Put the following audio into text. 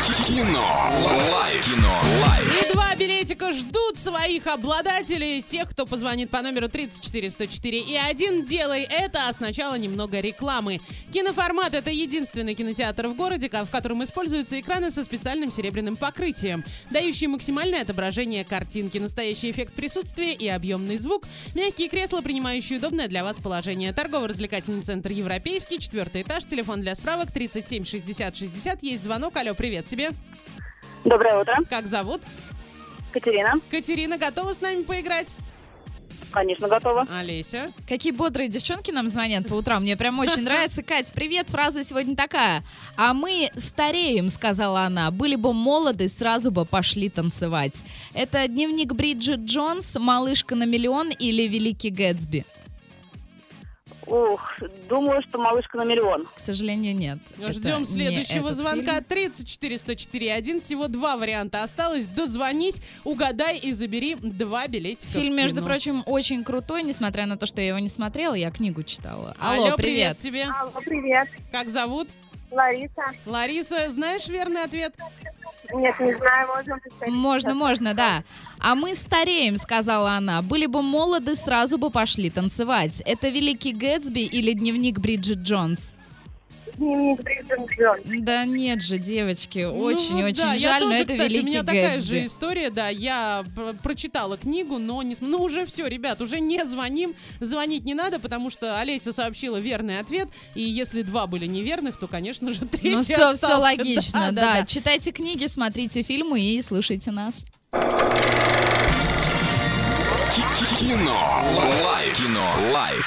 Кино. Лайф. Кино. Лайф. И два билетика ждут своих обладателей, тех, кто позвонит по номеру 34104 и один делай это, а сначала немного рекламы. Киноформат — это единственный кинотеатр в городе, ко- в котором используются экраны со специальным серебряным покрытием, дающие максимальное отображение картинки, настоящий эффект присутствия и объемный звук, мягкие кресла, принимающие удобное для вас положение, торгово-развлекательный центр «Европейский», четвертый этаж, телефон для справок 37 60 60, есть звонок, алло, привет тебе, Доброе утро, как зовут? Катерина. Катерина готова с нами поиграть? Конечно, готова. Олеся. Какие бодрые девчонки нам звонят по утрам. Мне прям очень нравится. Кать, привет. Фраза сегодня такая. А мы стареем, сказала она. Были бы молоды, сразу бы пошли танцевать. Это дневник Бриджит Джонс, малышка на миллион или великий Гэтсби? Ух, думаю, что малышка на миллион. К сожалению, нет. Это Ждем не следующего этот звонка. фильм. 34 104 1. Всего два варианта осталось. Дозвонись, угадай и забери два билетика. Фильм, ну. в между кино. прочим, очень крутой, несмотря на то, что я его не смотрела, я книгу читала. Алло, привет. тебе. Алло, привет. Как зовут? Лариса. Лариса, знаешь верный ответ? Нет, не знаю, можно представить. Можно, можно, да. А мы стареем, сказала она. Были бы молоды, сразу бы пошли танцевать. Это великий Гэтсби или дневник Бриджит Джонс? Дневник Бриджит Джонс. Да нет же, девочки, Ну вот очень-очень да, жаль, я тоже, но это кстати, великий у меня такая Гэтсби. же история, да, я пр- прочитала книгу, но не, см- ну уже все, ребят, уже не звоним, звонить не надо, потому что Олеся сообщила верный ответ, и если два были неверных, то, конечно же, третий Ну все, все остался. логично, Да, да, да, да. Читайте книги, смотрите фильмы и слушайте нас. Кино. Лайф. Кино. Лайф.